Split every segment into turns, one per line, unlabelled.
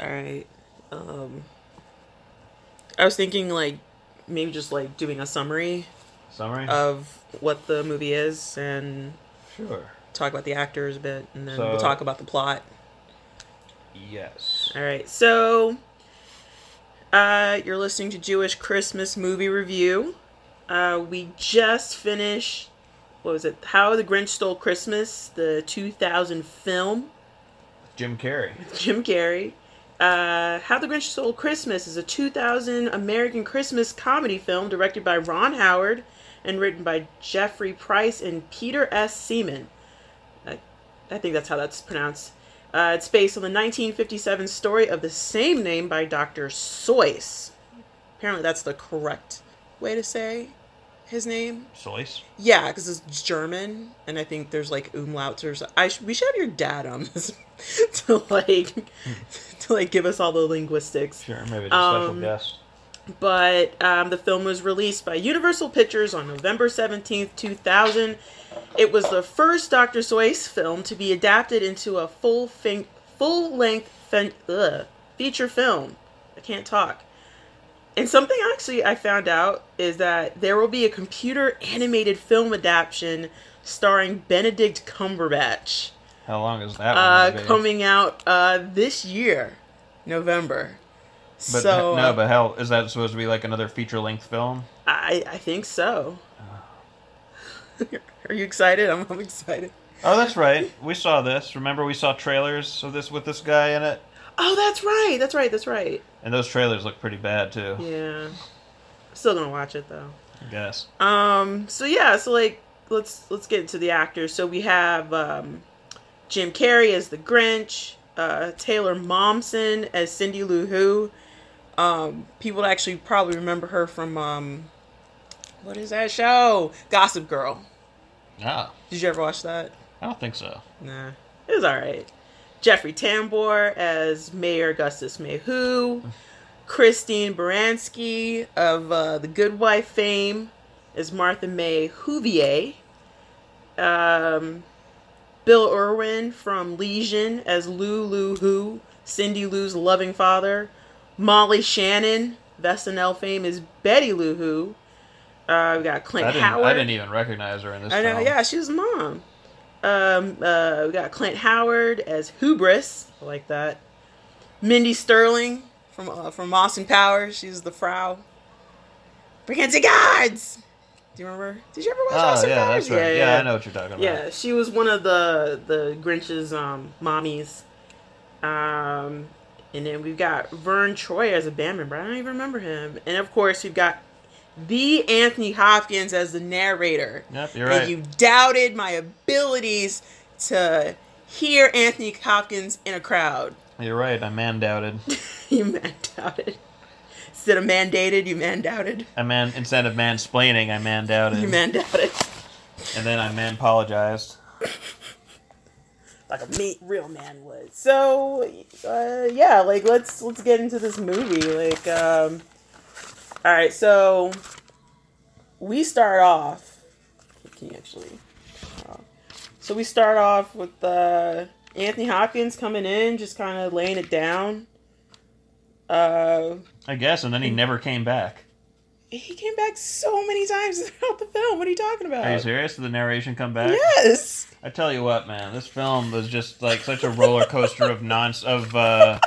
All right. Um, I was thinking like maybe just like doing a summary
Summary?
of what the movie is and
sure.
talk about the actors a bit, and then we'll
So-
talk about the plot.
Yes.
All right. So, uh, you're listening to Jewish Christmas movie review. Uh, we just finished. What was it? How the Grinch Stole Christmas, the 2000 film.
Jim Carrey.
Jim Carrey. Uh, How the Grinch Stole Christmas is a 2000 American Christmas comedy film directed by Ron Howard and written by Jeffrey Price and Peter S. Seaman. I, I think that's how that's pronounced. Uh, it's based on the 1957 story of the same name by Dr. Seuss. Apparently, that's the correct way to say his name.
Soyce.
Yeah, because it's German, and I think there's like umlauts or something. I sh- we should have your dad on this to like to like give us all the linguistics.
Sure, maybe it's a
Um,
special guest.
But um, the film was released by Universal Pictures on November seventeenth, two thousand. It was the first Dr. Seuss film to be adapted into a full fin- full length fin- ugh, feature film. I can't talk. And something actually I found out is that there will be a computer animated film adaptation starring Benedict Cumberbatch
How long is
uh,
that one gonna be?
coming out uh, this year, November.
But uh,
so uh,
no, but hell, is that supposed to be like another feature-length film?
I I think so. Are you excited? I'm, I'm excited.
Oh, that's right. We saw this. Remember, we saw trailers of this with this guy in it,
Oh, that's right. That's right. That's right.
and those trailers look pretty bad too.
Yeah. Still gonna watch it though.
I guess.
Um. So yeah. So like, let's let's get into the actors. So we have um, Jim Carrey as the Grinch, uh, Taylor Momsen as Cindy Lou Who. Um, people actually probably remember her from um, what is that show? Gossip Girl.
Ah,
Did you ever watch that?
I don't think so.
Nah, it was all right. Jeffrey Tambor as Mayor Augustus Mayhew. Christine Baranski of uh, The Good Wife fame as Martha May Huvier. Um, Bill Irwin from Legion as Lou Lou Who, Cindy Lou's loving father. Molly Shannon, SNL fame, is Betty Lou Who. Uh, we got Clint
I didn't.
Howard.
I didn't even recognize her in this.
I know.
film.
Yeah, she was a mom. Um, uh, we got Clint Howard as Hubris. I like that. Mindy Sterling from uh, from Austin Powers. She's the Frau. Bring it to gods. Do you remember? Did you ever watch
Oh
Austin
yeah,
Powers?
that's right. Yeah, I know what you're talking about.
Yeah, she was one of the the Grinch's um, mommies. Um, and then we've got Vern Troyer as a band member. I don't even remember him. And of course, we've got the Anthony Hopkins as the narrator
Yep, you're
and
right.
you doubted my abilities to hear Anthony Hopkins in a crowd.
You're right. I man doubted.
you man doubted. Instead of mandated, you man doubted.
I man instead of mansplaining, I man doubted.
You man doubted.
And then I man apologized.
Like a me- real man would. So, uh, yeah, like let's let's get into this movie. Like, um, all right, so we start off. Can you actually? uh, So we start off with uh, Anthony Hopkins coming in, just kind of laying it down. Uh,
I guess, and then he never came back.
he came back so many times throughout the film. What are you talking about?
Are you serious? Did the narration come back?
Yes.
I tell you what, man, this film was just like such a roller coaster of non of uh,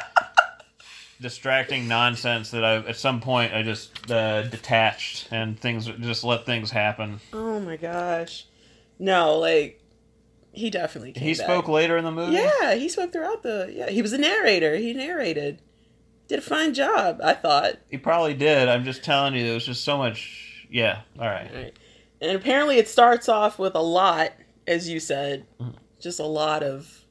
distracting nonsense that I at some point I just uh, detached and things just let things happen.
Oh my gosh. No, like he definitely came
He
back.
spoke later in the movie.
Yeah, he spoke throughout the. Yeah, he was a narrator. He narrated. Did a fine job, I thought.
He probably did. I'm just telling you, there was just so much. Yeah. All right.
Right. And apparently, it starts off with a lot, as you said, just a lot of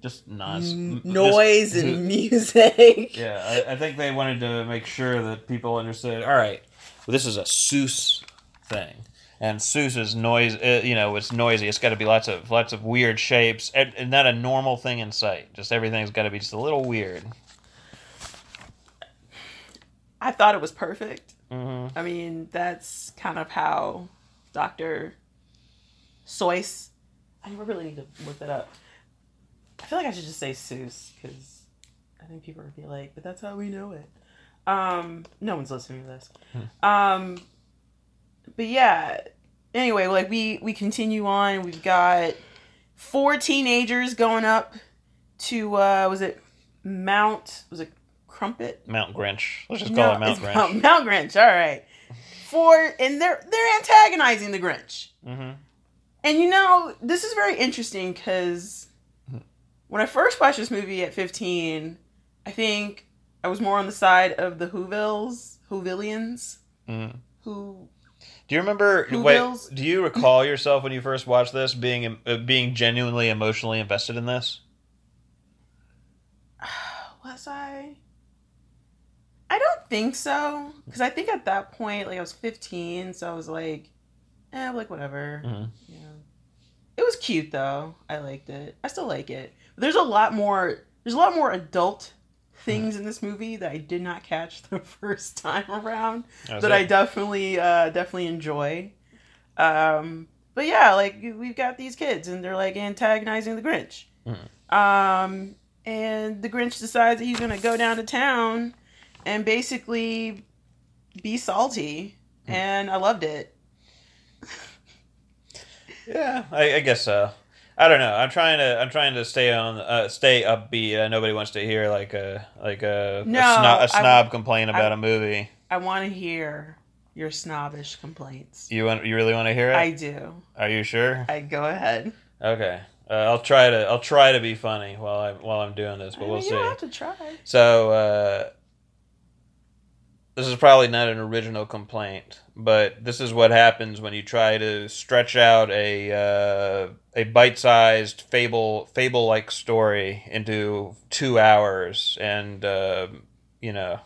Just nonsense.
n- noise and music.
Yeah, I, I think they wanted to make sure that people understood. All right, well, this is a Seuss thing, and Seuss is noise. Uh, you know, it's noisy. It's got to be lots of lots of weird shapes, and, and not a normal thing in sight. Just everything's got to be just a little weird.
I thought it was perfect.
Mm-hmm.
I mean, that's kind of how Dr. Seuss. I really need to look that up. I feel like I should just say Seuss because I think people would be like, but that's how we know it. Um, no one's listening to this. um, but yeah. Anyway, like we we continue on. We've got four teenagers going up to uh was it Mount was it Crumpet?
Mount Grinch. Let's just
No,
call it Mount
it's
Grinch.
Mount, Mount Grinch. All right. Four and they're they're antagonizing the Grinch.
hmm
And you know, this is very interesting because when I first watched this movie at 15, I think I was more on the side of the Whovilles, Whovillians,
Mm.
who.
Do you remember?
Who
wait,
wills?
do you recall yourself when you first watched this being uh, being genuinely emotionally invested in this?
Was I? I don't think so. Because I think at that point, like, I was 15, so I was like, eh, like, whatever.
Mhm.
Yeah. It was cute, though. I liked it. I still like it. But there's a lot more. There's a lot more adult things in this movie that I did not catch the first time around.
That
that I definitely uh, definitely enjoy. Um, but yeah, like we've got these kids and they're like antagonizing the Grinch.
Hmm.
Um, and the Grinch decides that he's gonna go down to town and basically be salty.
Hmm.
And I loved it.
yeah, I, I guess so. I don't know. I'm trying to I'm trying to stay on uh, stay upbeat. Uh, nobody wants to hear like a like uh, a
No,
a, sno-
I-
a snob complain about
I-
a movie.
I want to hear your snobbish complaints.
You want you really want to hear it?
I do.
Are you sure?
I go ahead.
okay. Uh, I'll try to I'll try to be funny while I while I'm doing this,
I
but
mean,
we'll
you
see.
don't have to try.
So uh, this is probably not an original complaint, but this is what happens when you try to stretch out a uh, a bite-sized fable fable-like story into two hours, and uh, you know.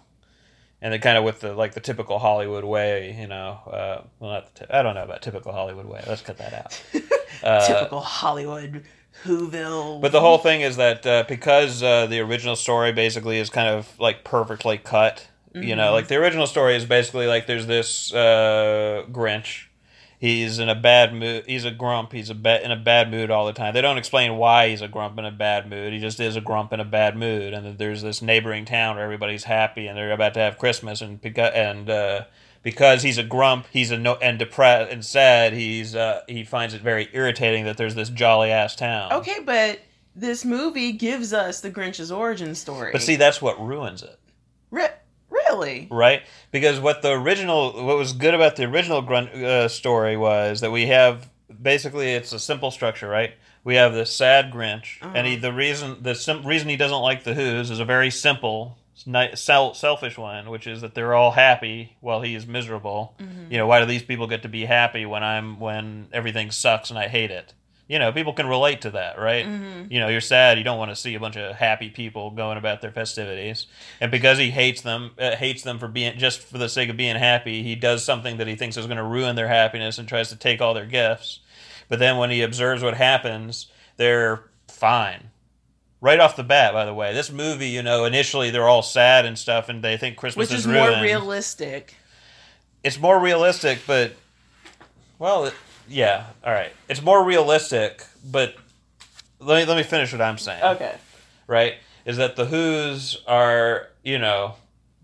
And then, kind of with the like the typical Hollywood way, you know. Uh, well, not the ty- I don't know about typical Hollywood way. Let's cut that out. Uh,
Typical Hollywood Whoville.
but the whole thing is that uh, because uh, the original story basically is kind of like perfectly cut, you know, like the original story is basically like there's this uh, Grinch. He's in a bad mood. He's a grump. He's a ba- in a bad mood all the time. They don't explain why he's a grump in a bad mood. He just is a grump in a bad mood. And then there's this neighboring town where everybody's happy and they're about to have Christmas. And because and uh, because he's a grump, he's a no- and depressed and sad. He's uh, he finds it very irritating that there's this jolly ass town.
Okay, but this movie gives us the Grinch's origin story.
But see, that's what ruins it,
Re- really?
right? Because what the original, what was good about the original grunt uh, story was that we have basically it's a simple structure, right? We have the sad Grinch, and he, the reason the sim- reason he doesn't like the Who's is a very simple, ni- sel- selfish one, which is that they're all happy while he is miserable.
Mm-hmm.
You know, why do these people get to be happy when I'm when everything sucks and I hate it? You know, people can relate to that,
Mm-hmm.
right? you know you're sad you don't want to see a bunch of happy people going about their festivities and because he hates them uh, hates them for being just for the sake of being happy he does something that he thinks is going to ruin their happiness and tries to take all their gifts but then when he observes what happens they're fine right off the bat by the way this movie you know initially they're all sad and stuff and they think christmas
Which is more
ruined
realistic.
it's more realistic, but well, it, yeah, all right. It's more realistic, but let me let me finish what I'm saying.
Okay.
Right? Is that the Who's are you know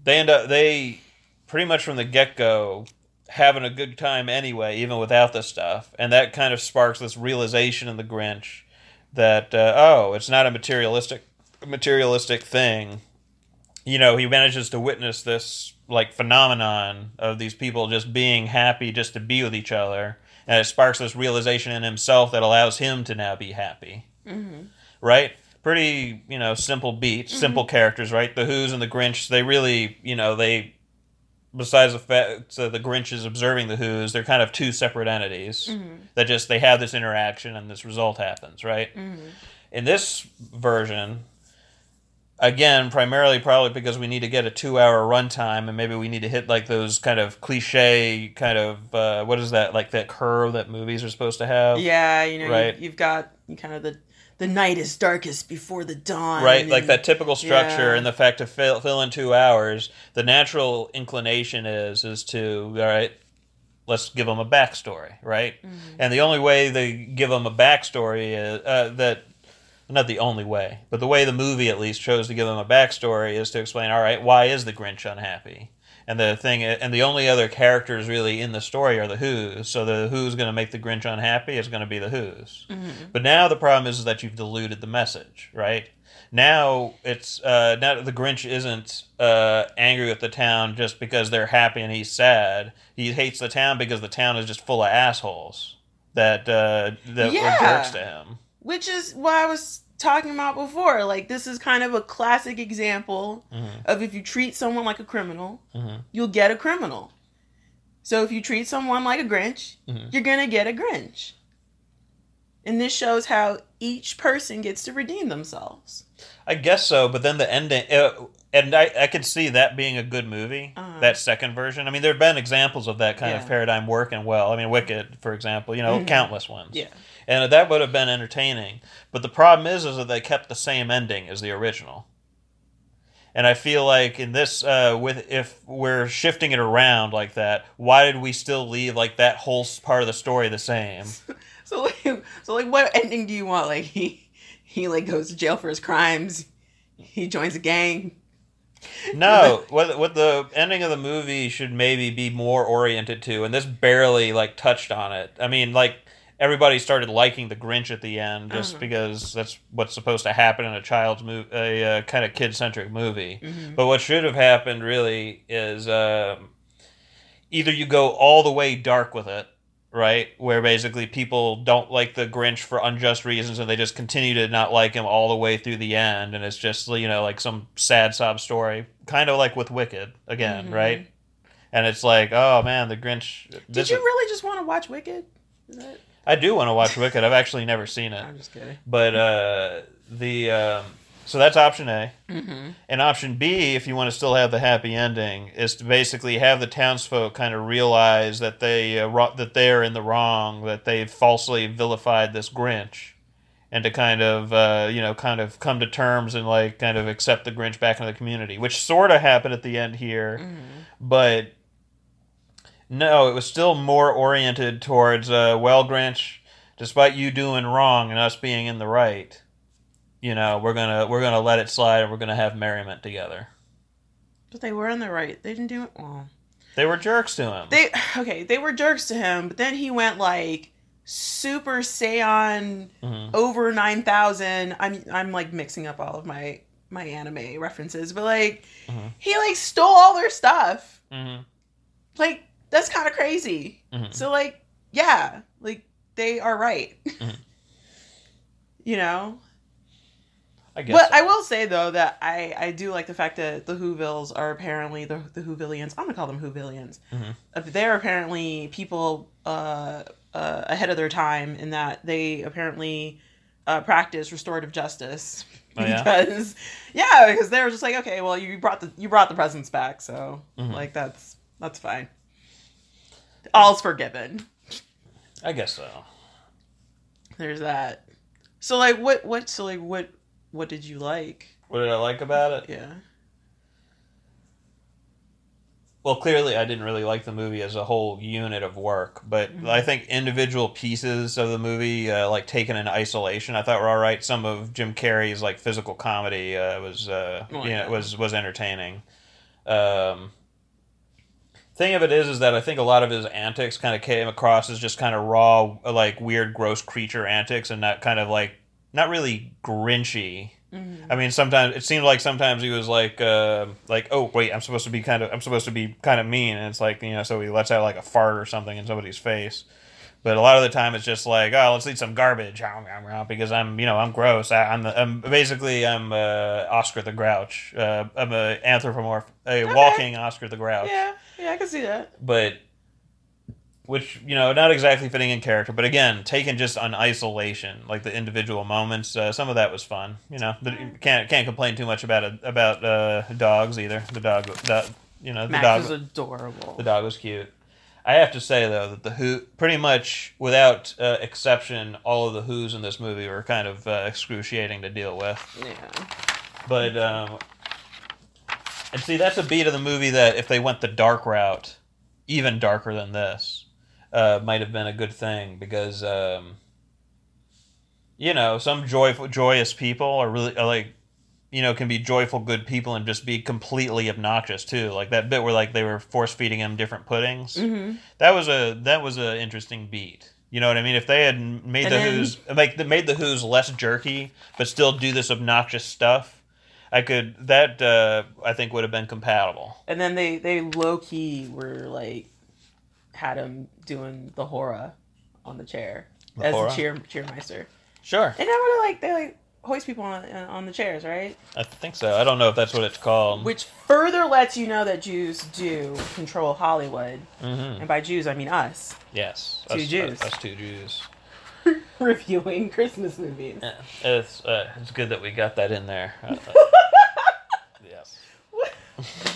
they end up they pretty much from the get go having a good time anyway, even without the stuff, and that kind of sparks this realization in the Grinch that uh, oh, it's not a materialistic materialistic thing you know, he manages to witness this like phenomenon of these people just being happy just to be with each other, and it sparks this realization in himself that allows him to now be happy. Mm-hmm. Right? Pretty, you know, simple beats, simple characters, right? The Who's and the Grinch, they really, you know, they besides the fact that the Grinch is observing the Who's, they're kind of two separate entities
Mm. Mm-hmm.
that just they have this interaction and this result happens, right?
Mm-hmm.
In this version, again, primarily probably because we need to get a two-hour runtime and maybe we need to hit like those kind of cliche kind of uh, what is that like that curve that movies are supposed to have?
Yeah, you know, you-
Right.
you've, got you kind of the the night is darkest before the dawn.
right
and-
like that typical structure
Yeah.
and the fact to fill, fill in two hours the natural inclination is is to all right let's give them a
Mm-hmm.
backstory right and the only way they give them a backstory is, uh, that not the only way, but the way the movie at least chose to give them a backstory is to explain, all right, why is the Grinch unhappy? And the thing, and the only other characters really in the story are the Who's. So the Who's going to make the Grinch unhappy is going to be the Who's. But now the problem is, is that you've diluted the message, right? Now it's uh, now that the Grinch isn't uh, angry with the town just because they're happy and he's sad. He hates the town because the town is just full of assholes that uh, that
Yeah.
were jerks to him.
which is why I was talking about before. Like, this is kind of a classic example
Mhm.
of if you treat someone like a criminal,
Mhm.
you'll get a criminal. So if you treat someone like a Grinch,
Mhm.
you're gonna get a Grinch. And this shows how each person gets to redeem themselves.
I guess so, but then the ending, uh, and I, I could see that being a good movie,
Uh-huh.
that second version. I mean, there have been examples of that kind
Yeah.
of paradigm working well. I mean, Wicked, for example, you know,
Mhm.
countless ones. And that would have been entertaining. But the problem is, is that they kept the same ending as the original. And I feel like in this, uh, with if we're shifting it around like that, why did we still leave like that whole s- part of the story the same?
So like, so like, what ending do you want? Like he he like goes to jail for his crimes. He joins a gang.
No, what what the ending of the movie should maybe be more oriented to, and this barely like touched on it. I mean, like everybody started liking the Grinch at the end just
Uh-huh.
because that's what's supposed to happen in a child's movie, a uh, kind of kid centric movie.
Mm-hmm.
But what should have happened really is um, either you go all the way dark with it, right? Where basically people don't like the Grinch for unjust reasons and they just continue to not like him all the way through the end. And it's just, you know, like some sad sob story, kind of like with Wicked again,
Mhm.
right? And it's like, oh man, the Grinch.
Did
this
you
is-
really just want to watch Wicked? Is that?
I do want to watch Wicked. I've actually never seen it.
I'm just kidding.
But uh, the. Um, so that's option A.
Mm-hmm.
And option B, if you want to still have the happy ending, is to basically have the townsfolk kind of realize that they uh, ro- that they are in the wrong, that they've falsely vilified this Grinch, and to kind of uh, you know kind of come to terms and like kind of accept the Grinch back into the community, which sort of happened at the end here,
Mm-hmm.
but no, it was still more oriented towards uh, well, Grinch, despite you doing wrong and us being in the right, you know, we're gonna we're gonna let it slide and we're gonna have merriment together.
But they were in the right. They didn't do it. Well,
They were jerks to him.
they okay. They were jerks to him, but then he went like super saiyan
Mhm.
over nine thousand. I'm I'm like mixing up all of my my anime references, but like
Mhm.
he like stole all their stuff.
Mhm.
Like that's kind of crazy.
Mhm.
So like yeah, like they are right. you know,
I guess.
but
so.
I will say though that I I do like the fact that the Whovilles are apparently the the Whovillians. I'm gonna call them Whovillians.
Mhm.
Uh, They're apparently people uh, uh, ahead of their time in that they apparently uh, practice restorative justice.
Oh, yeah?
Because yeah, because they were just like, okay, well you brought the you brought the presents back, so
Mhm.
like that's that's fine. All's forgiven.
I guess so.
There's that. So like what what so like what what did you like?
What did I like about it?
Yeah.
Well, clearly, I didn't really like the movie as a whole unit of work, but
Mhm.
I think individual pieces of the movie, uh, like taken in isolation, I thought were all right. Some of Jim Carrey's like physical comedy uh, was, uh,
Well,
you know,
yeah.
was was entertaining. Um, thing of it is, is that I think a lot of his antics kind of came across as just kind of raw, like weird, gross creature antics, and not kind of like not really grinchy.
Mhm.
I mean, sometimes it seemed like sometimes he was like, uh, like, oh wait, I'm supposed to be kind of, I'm supposed to be kind of mean, and it's like, you know, so he lets out like a fart or something in somebody's face. But a lot of the time, it's just like, oh, let's eat some garbage, Yum, yum, yum, because I'm, you know, I'm gross. I, I'm, the, I'm basically, I'm uh, Oscar the Grouch. Uh, I'm a anthropomorph, a walking Oscar the Grouch
Yeah, yeah, I can see that.
but which you know not exactly fitting in character but again taken just on isolation like the individual moments uh, some of that was fun you know but you can't can't complain too much about it about uh, dogs either the dog the, you know the
Max
dog
is adorable.
the dog was cute i have to say though that the who pretty much without uh, exception all of the who's in this movie were kind of uh, excruciating to deal with
yeah.
but um, and see, that's a beat of the movie that if they went the dark route, even darker than this, uh, might have been a good thing because um, you know, some joyful, joyous people are really are like, you know, can be joyful, good people and just be completely obnoxious too. Like that bit where like they were force feeding him different puddings.
Mm-hmm.
That was a that was a interesting beat. You know what I mean? If they had made
And
the
then-
Who's like they made the Who's less jerky, but still do this obnoxious stuff, I could that uh, I think would have been compatible.
And then they they low key were like had him doing the hora on the chair
The
as
hora?
a cheer cheermeister.
Sure,
And now we're like they like hoist people on on the chairs, right?
I think so. I don't know if that's what it's called.
Which further lets you know that Jews do control Hollywood,
hmm
and by Jews I mean us
Yes,
Two
us, uh,
Jews.
Us, us two Jews.
reviewing Christmas movies.
Yeah, It's uh, it's good that we got that in there. Uh, uh, yes.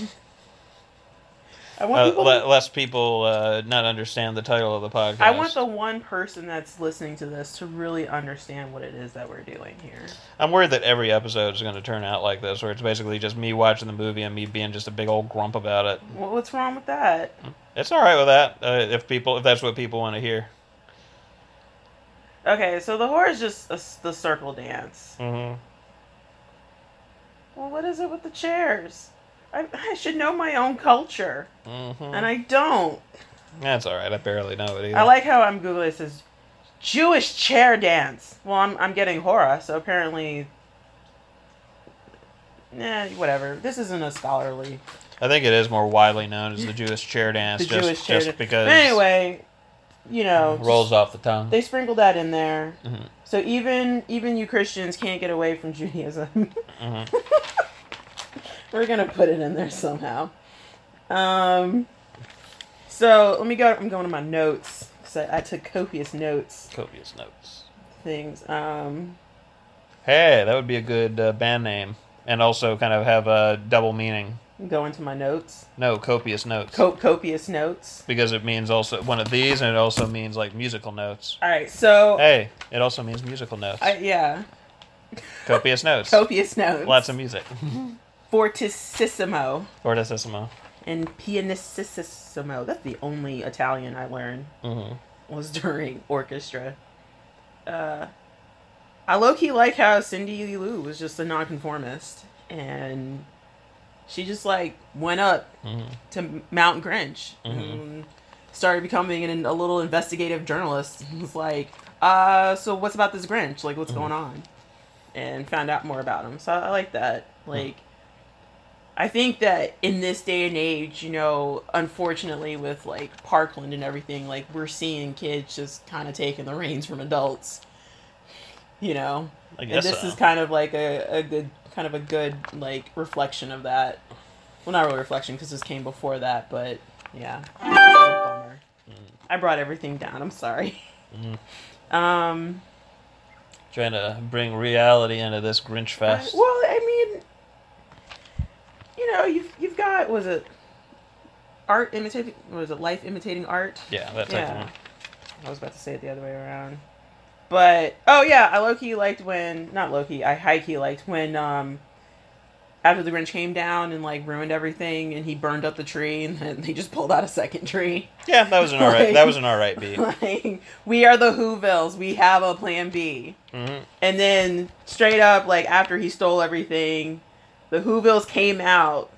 I want
Uh,
people.
le- less people uh, not understand the title of the podcast.
I want the one person that's listening to this to really understand what it is that we're doing here.
I'm worried that every episode is going to turn out like this, where it's basically just me watching the movie and me being just a big old grump about it.
Wha- What's wrong with that?
It's all right with that uh, if people if that's what people want to hear.
Okay, so the whore is just a s the circle dance.
hmm
Well, what is it with the chairs? I, I should know my own culture,
hmm
and I don't.
That's all right. I barely know it either.
I like how I'm Googling it says Jewish chair dance. Well, I'm, I'm getting horror, so apparently. Nah, whatever. This isn't a scholarly.
I think it is more widely known as the Jewish chair dance,
The
just,
Jewish chair
just
dance.
because
anyway, you know.
it rolls off the tongue.
They sprinkled that in there.
Mhm.
So even even you Christians can't get away from Judaism.
Mhm.
We're gonna put it in there somehow. Um, so let me go. I'm going to my notes because I, I took copious notes.
Copious notes.
Things. Um,
Hey, that would be a good uh, band name, and also kind of have a double meaning.
go into my notes.
No, copious notes,
Co- copious notes.
because it means also one of these, and it also means like musical notes.
All right. So
Hey, it also means musical notes.
I, yeah,
copious notes.
copious notes.
Lots of music.
fortissimo
Fortissimo.
and pianississimo. That's the only Italian I learned.
hmm
was during orchestra. Uh, I low key like how Cindy Lou was just a nonconformist, and she just like went up
hmm
to Mount Grinch
Mhm.
and started becoming an, a little investigative journalist. It was like, uh, so what's about this Grinch? Like, what's going on? And found out more about him. So I like that. Like, I think that in this day and age, you know, unfortunately with like Parkland and everything, like we're seeing kids just kind of taking the reins from adults. You know,
I
and
guess
this
so.
is kind of like a, a good kind of a good like reflection of that well not really reflection because this came before that but yeah It's a
Mm.
bummer. i brought everything down i'm sorry
Mm.
um
Trying to bring reality into this Grinch fest.
I- well i mean you know you've you've got was it art imitating was it life imitating art
yeah, that type
Yeah.
of one.
I was about to say it the other way around. But oh yeah, I low key liked when not low key, I high key liked when um after the Grinch came down and like ruined everything and he burned up the tree and then they just pulled out a second tree.
Yeah, that was an alright. that was an alright beat.
like we are the Whovilles, we have a plan B.
hmm
And then straight up, like after he stole everything, the Whovilles came out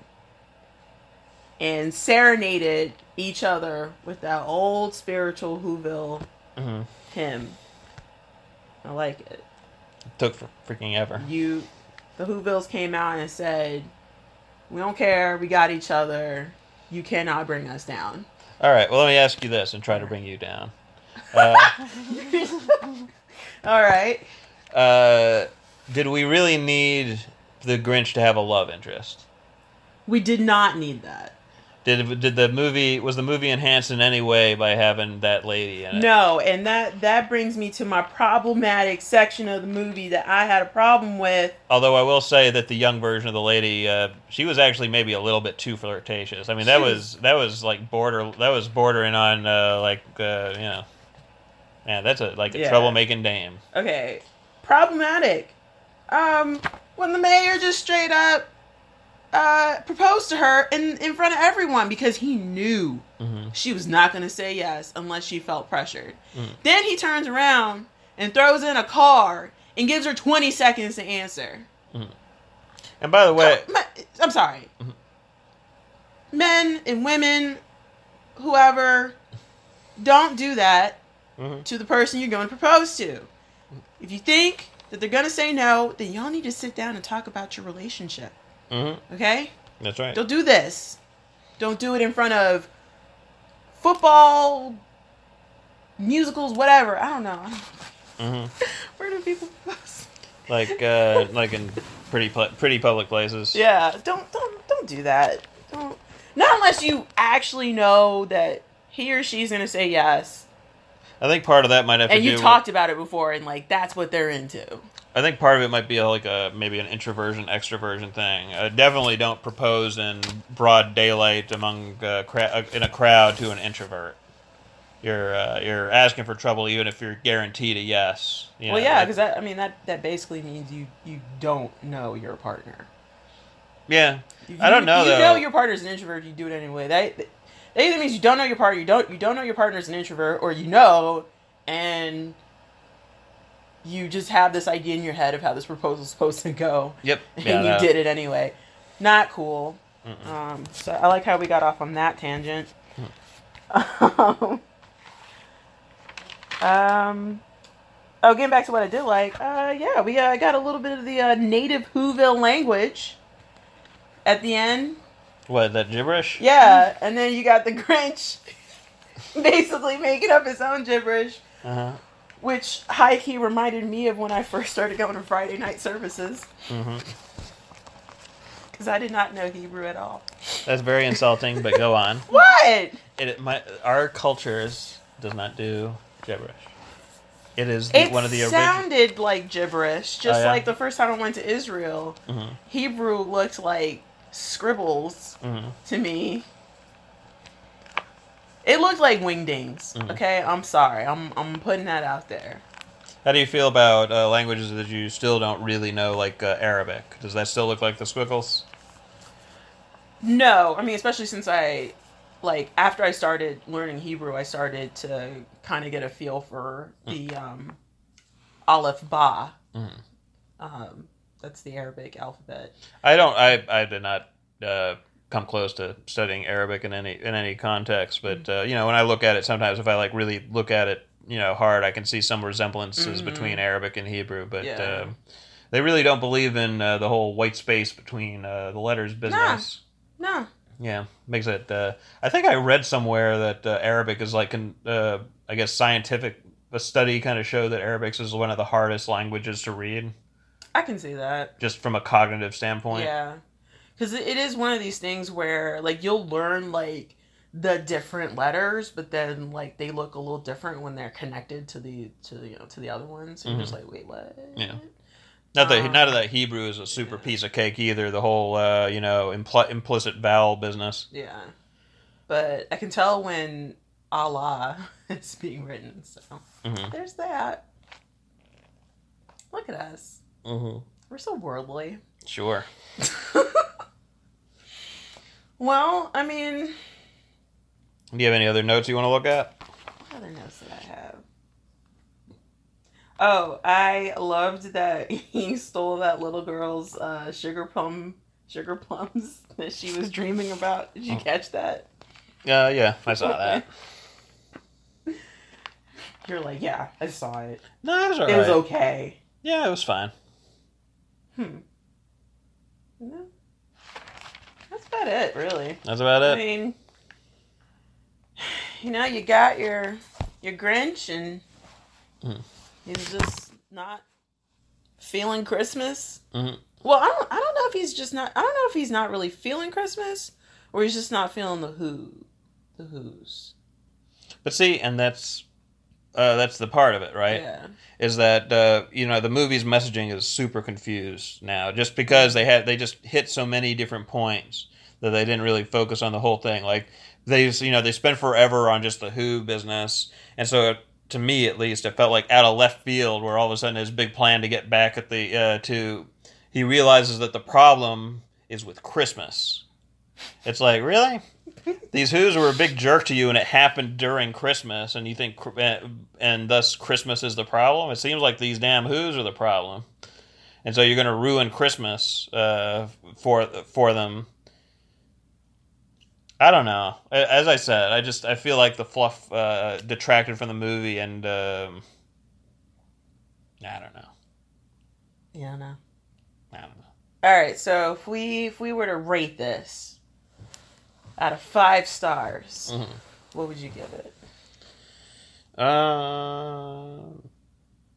and serenaded each other with that old spiritual Whoville
hmm
him. I like it.
Took for freaking ever.
You, the Whovilles came out and said, "We don't care. We got each other. You cannot bring us down."
All right. Well, let me ask you this and try to bring you down. Uh,
All right.
Uh, did we really need the Grinch to have a love interest?
We did not need that.
Did did the movie was the movie enhanced in any way by having that lady in it?
No, and that that brings me to my problematic section of the movie that I had a problem with.
Although I will say that the young version of the lady, uh, she was actually maybe a little bit too flirtatious. I mean, that
She
was that was like border that was bordering on uh, like uh, you know, yeah, that's a like a
Yeah.
troublemaking dame.
Okay, problematic. Um, when the mayor just straight up uh proposed to her in in front of everyone because he knew
hmm
she was not going to say yes unless she felt pressured.
Mm.
Then he turns around and throws in a car and gives her 20 seconds to answer.
And by the way,
Me- I'm sorry. Men and women, whoever, don't do that
Mhm.
to the person you're going to propose to. If you think that they're going to say no, then y'all need to sit down and talk about your relationship. Mm-hmm.
mhm,
Okay?
that's right.
Don't do this. Don't do it in front of football, musicals, whatever. I don't know.
Mhm.
Where do people propose?
Like uh, like in pretty pl- pretty public places.
Yeah, don't don't don't do that. Don't not unless you actually know that he or she's gonna say yes,
I think part of that might have to
and
do.
you
with-
talked about it before, and like that's what they're into.
I think part of it might be like a maybe an introversion extroversion thing. Uh, definitely don't propose in broad daylight among uh, cra- uh, in a crowd to an introvert. You're uh, you're asking for trouble even if you're guaranteed a yes. You
well,
know,
yeah,
like-
because I mean that that basically means you you don't know your partner.
yeah,
If
I don't know
You
though.
know your partner's an introvert. You do it anyway. That that either means you don't know your partner. You don't you don't know your partner's an introvert, or you know, and you just have this idea in your head of how this proposal's supposed to go.
Yep.
and
Yeah,
you
that-
did it anyway. Not cool. Um, so I like how we got off on that tangent. Um, um, oh, getting back to what I did like, uh, yeah, we uh, got a little bit of the uh, native Whoville language at the end.
What that gibberish?
Yeah,
Mm-hmm.
and then you got the Grinch basically making up his own gibberish,
Uh-huh.
which high key reminded me of when I first started going to Friday night services
hmm
because I did not know Hebrew at all.
That's very insulting, but go on.
What?
It, it my our cultures does not do gibberish. It is the,
It
one of the original.
sounded like gibberish. Just
Oh, yeah? Mm-hmm.
like the first time I went to Israel, Hebrew looked like scribbles
mm-hmm.
to me. It looked like wingdings.
Mm-hmm.
Okay, I'm sorry. I'm I'm putting that out there.
How do you feel about uh, languages that you still don't really know, like uh, Arabic? Does that still look like the squiggles?
No, I mean especially since I like after I started learning Hebrew, I started to kind of get a feel for
Mm.
the um Aleph Ba.
Mm-hmm.
Um that's the Arabic alphabet.
I don't. I I did not uh, come close to studying Arabic in any in any context. But uh, you know, when I look at it, sometimes if I like really look at it, you know, hard, I can see some resemblances between Arabic and Hebrew. But
Yeah.
um they really don't believe in uh, the whole white space between uh, the letters business.
No.
Yeah, makes it. Uh, I think I read somewhere that uh, Arabic is like an. Uh, I guess scientific a study kind of showed that Arabic is one of the hardest languages to read,
I can see that.
just from a cognitive standpoint.
Yeah. Because it it is one of these things where, like, you'll learn, like, the different letters, but then, like, they look a little different when they're connected to the, to, you know, to the other ones. So You're just like, wait, what?
Yeah. Not that
Um,
not that Hebrew is a super piece of cake either. The whole uh, you know impl- implicit vowel business.
Yeah. But I can tell when Allah is being written, so
Mhm.
there's that. Look at us.
Mm-hmm.
We're so worldly.
Sure.
well, I mean,
Do you have any other notes you want to look at?
What other notes did I have? Oh, I loved that he stole that little girl's uh, sugar plum sugar plums that she was dreaming about. Did you catch that?
Uh, yeah, I Oh. saw that.
You're like, yeah, I saw it.
No, it was alright.
It was okay.
Yeah, it was fine.
Hmm. No. That's about it, really.
That's about
I
it.
mean, you know, you got your your Grinch, and
Mhm.
he's just not feeling Christmas.
Mhm.
Well, I don't, I don't know if he's just not. I don't know if he's not really feeling Christmas, or he's just not feeling the who, the who's.
But see, and that's uh, that's the part of it, right?
Yeah.
is that uh, you know the movie's messaging is super confused now just because they had they just hit so many different points that they didn't really focus on the whole thing like they just, you know they spent forever on just the who business and so it, to me at least it felt like out of left field where all of a sudden his big plan to get back at the uh, to he realizes that the problem is with christmas It's like, really? These Who's were a big jerk to you, and it happened during Christmas, and you think, cr- and and thus Christmas is the problem. It seems like these damn Who's are the problem, and so you're going to ruin Christmas uh, for for them. I don't know. A- As I said, I just I feel like the fluff uh, detracted from the movie, and um, I don't know.
Yeah, no.
I don't know.
All right, so if we if we were to rate this out of five stars,
Mhm.
what would you give it?
Um,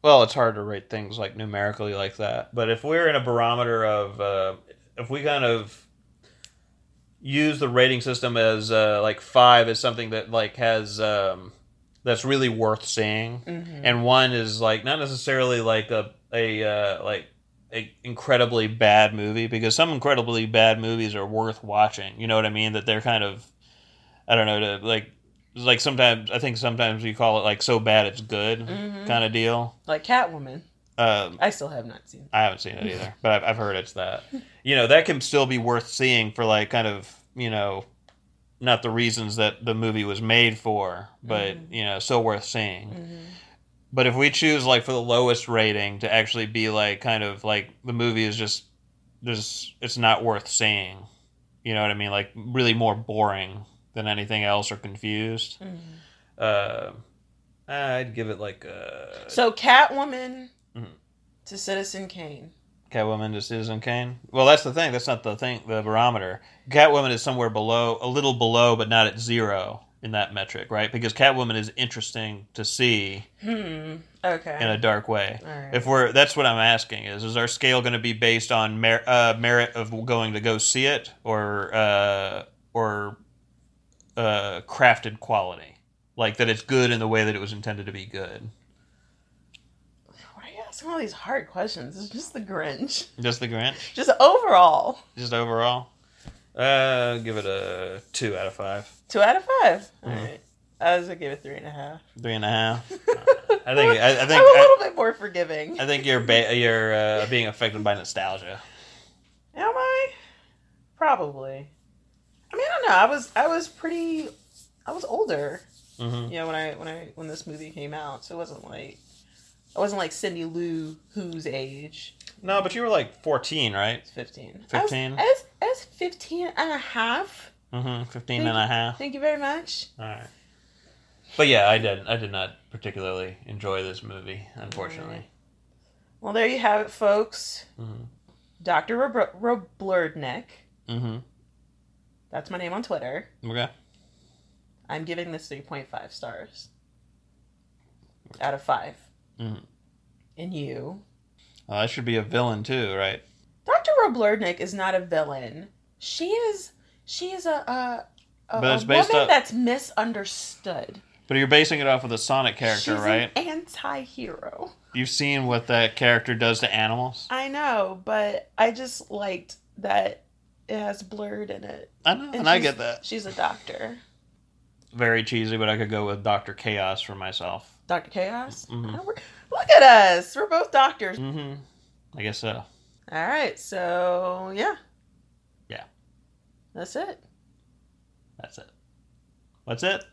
well, it's hard to rate things like numerically like that. But if we're in a barometer of, uh, if we kind of use the rating system as uh, like five is something that like has um, that's really worth seeing,
Mm-hmm.
and one is like not necessarily like a a uh, like a incredibly bad movie because some incredibly bad movies are worth watching. You know what I mean? That they're kind of I don't know to like like sometimes I think sometimes you call it like so bad it's good
Mhm.
kind of deal.
Like Catwoman,
Um,
I still have not seen.
I haven't seen it either, but I've, I've heard it's that. You know, that can still be worth seeing for like kind of you know, not the reasons that the movie was made for, but
Mhm.
you know, still worth seeing.
Mm-hmm.
But if we choose like for the lowest rating to actually be like kind of like the movie is just there's it's not worth seeing. You know what I mean? Like really more boring than anything else or confused.
Mm-hmm.
Uh, I'd give it like uh, a
So Catwoman
Mhm. so-
to Citizen Kane.
Catwoman to Citizen Kane. Well, that's the thing. That's not the thing. The barometer. Catwoman is somewhere below, a little below, but not at zero in that metric, right? Because Catwoman is interesting to see
Hmm. Okay.
in Mm-hmm. a dark way.
All right.
If we're that's what I'm asking is is our scale going to be based on mer- uh, merit of going to go see it or uh, or uh, crafted quality like that it's good in the way that it was intended to be good.
Why are you asking all these hard questions? It's just the Grinch.
Just the Grinch,
Just overall,
just overall, uh, give it a two out of five,
two out of 5 All
Mhm.
right. I was gonna give it three and a half.
three and a half. I think I, I
I'm
think
a
I,
little bit more forgiving.
I think you're ba- you're uh, being affected by nostalgia.
Am I? Probably. I mean, I don't know. I was I was pretty. I was older.
Mm-hmm.
You know, when I when I when this movie came out, so it wasn't like I wasn't like Cindy Lou who's age.
No, but you were like 14, right?
It's 15.
15?
I was, I, was, I was 15 and a half.
Mm-hmm. 15 and a half.
Thank you very much.
All right. But yeah, I did. I did not particularly enjoy this movie, unfortunately.
Well, there you have it, folks.
Mhm.
Dr. Rob- Roblerdneck.
Mm-hmm.
That's my name on Twitter.
Okay.
I'm giving this 3.5 stars out of 5.
Mhm.
And you?
Well, I should be a villain too, right?
Dr. Roblerdneck is not a villain. She is she is a a, a,
But
a
it's
woman
based on-
that's misunderstood.
But you're basing it off of the Sonic character,
She's
right?
an anti-hero.
You've seen what that character does to animals.
I know, but I just liked that it has blurred in it.
I know, and, I
she's-
get that.
She's a doctor.
Very cheesy, but I could go with Doctor Chaos for myself.
Dr. Chaos?
Mhm.
Oh, we're- Look at us. We're both doctors.
Mm-hmm. I guess so.
All right. So, yeah.
Yeah.
That's it.
That's it. What's it?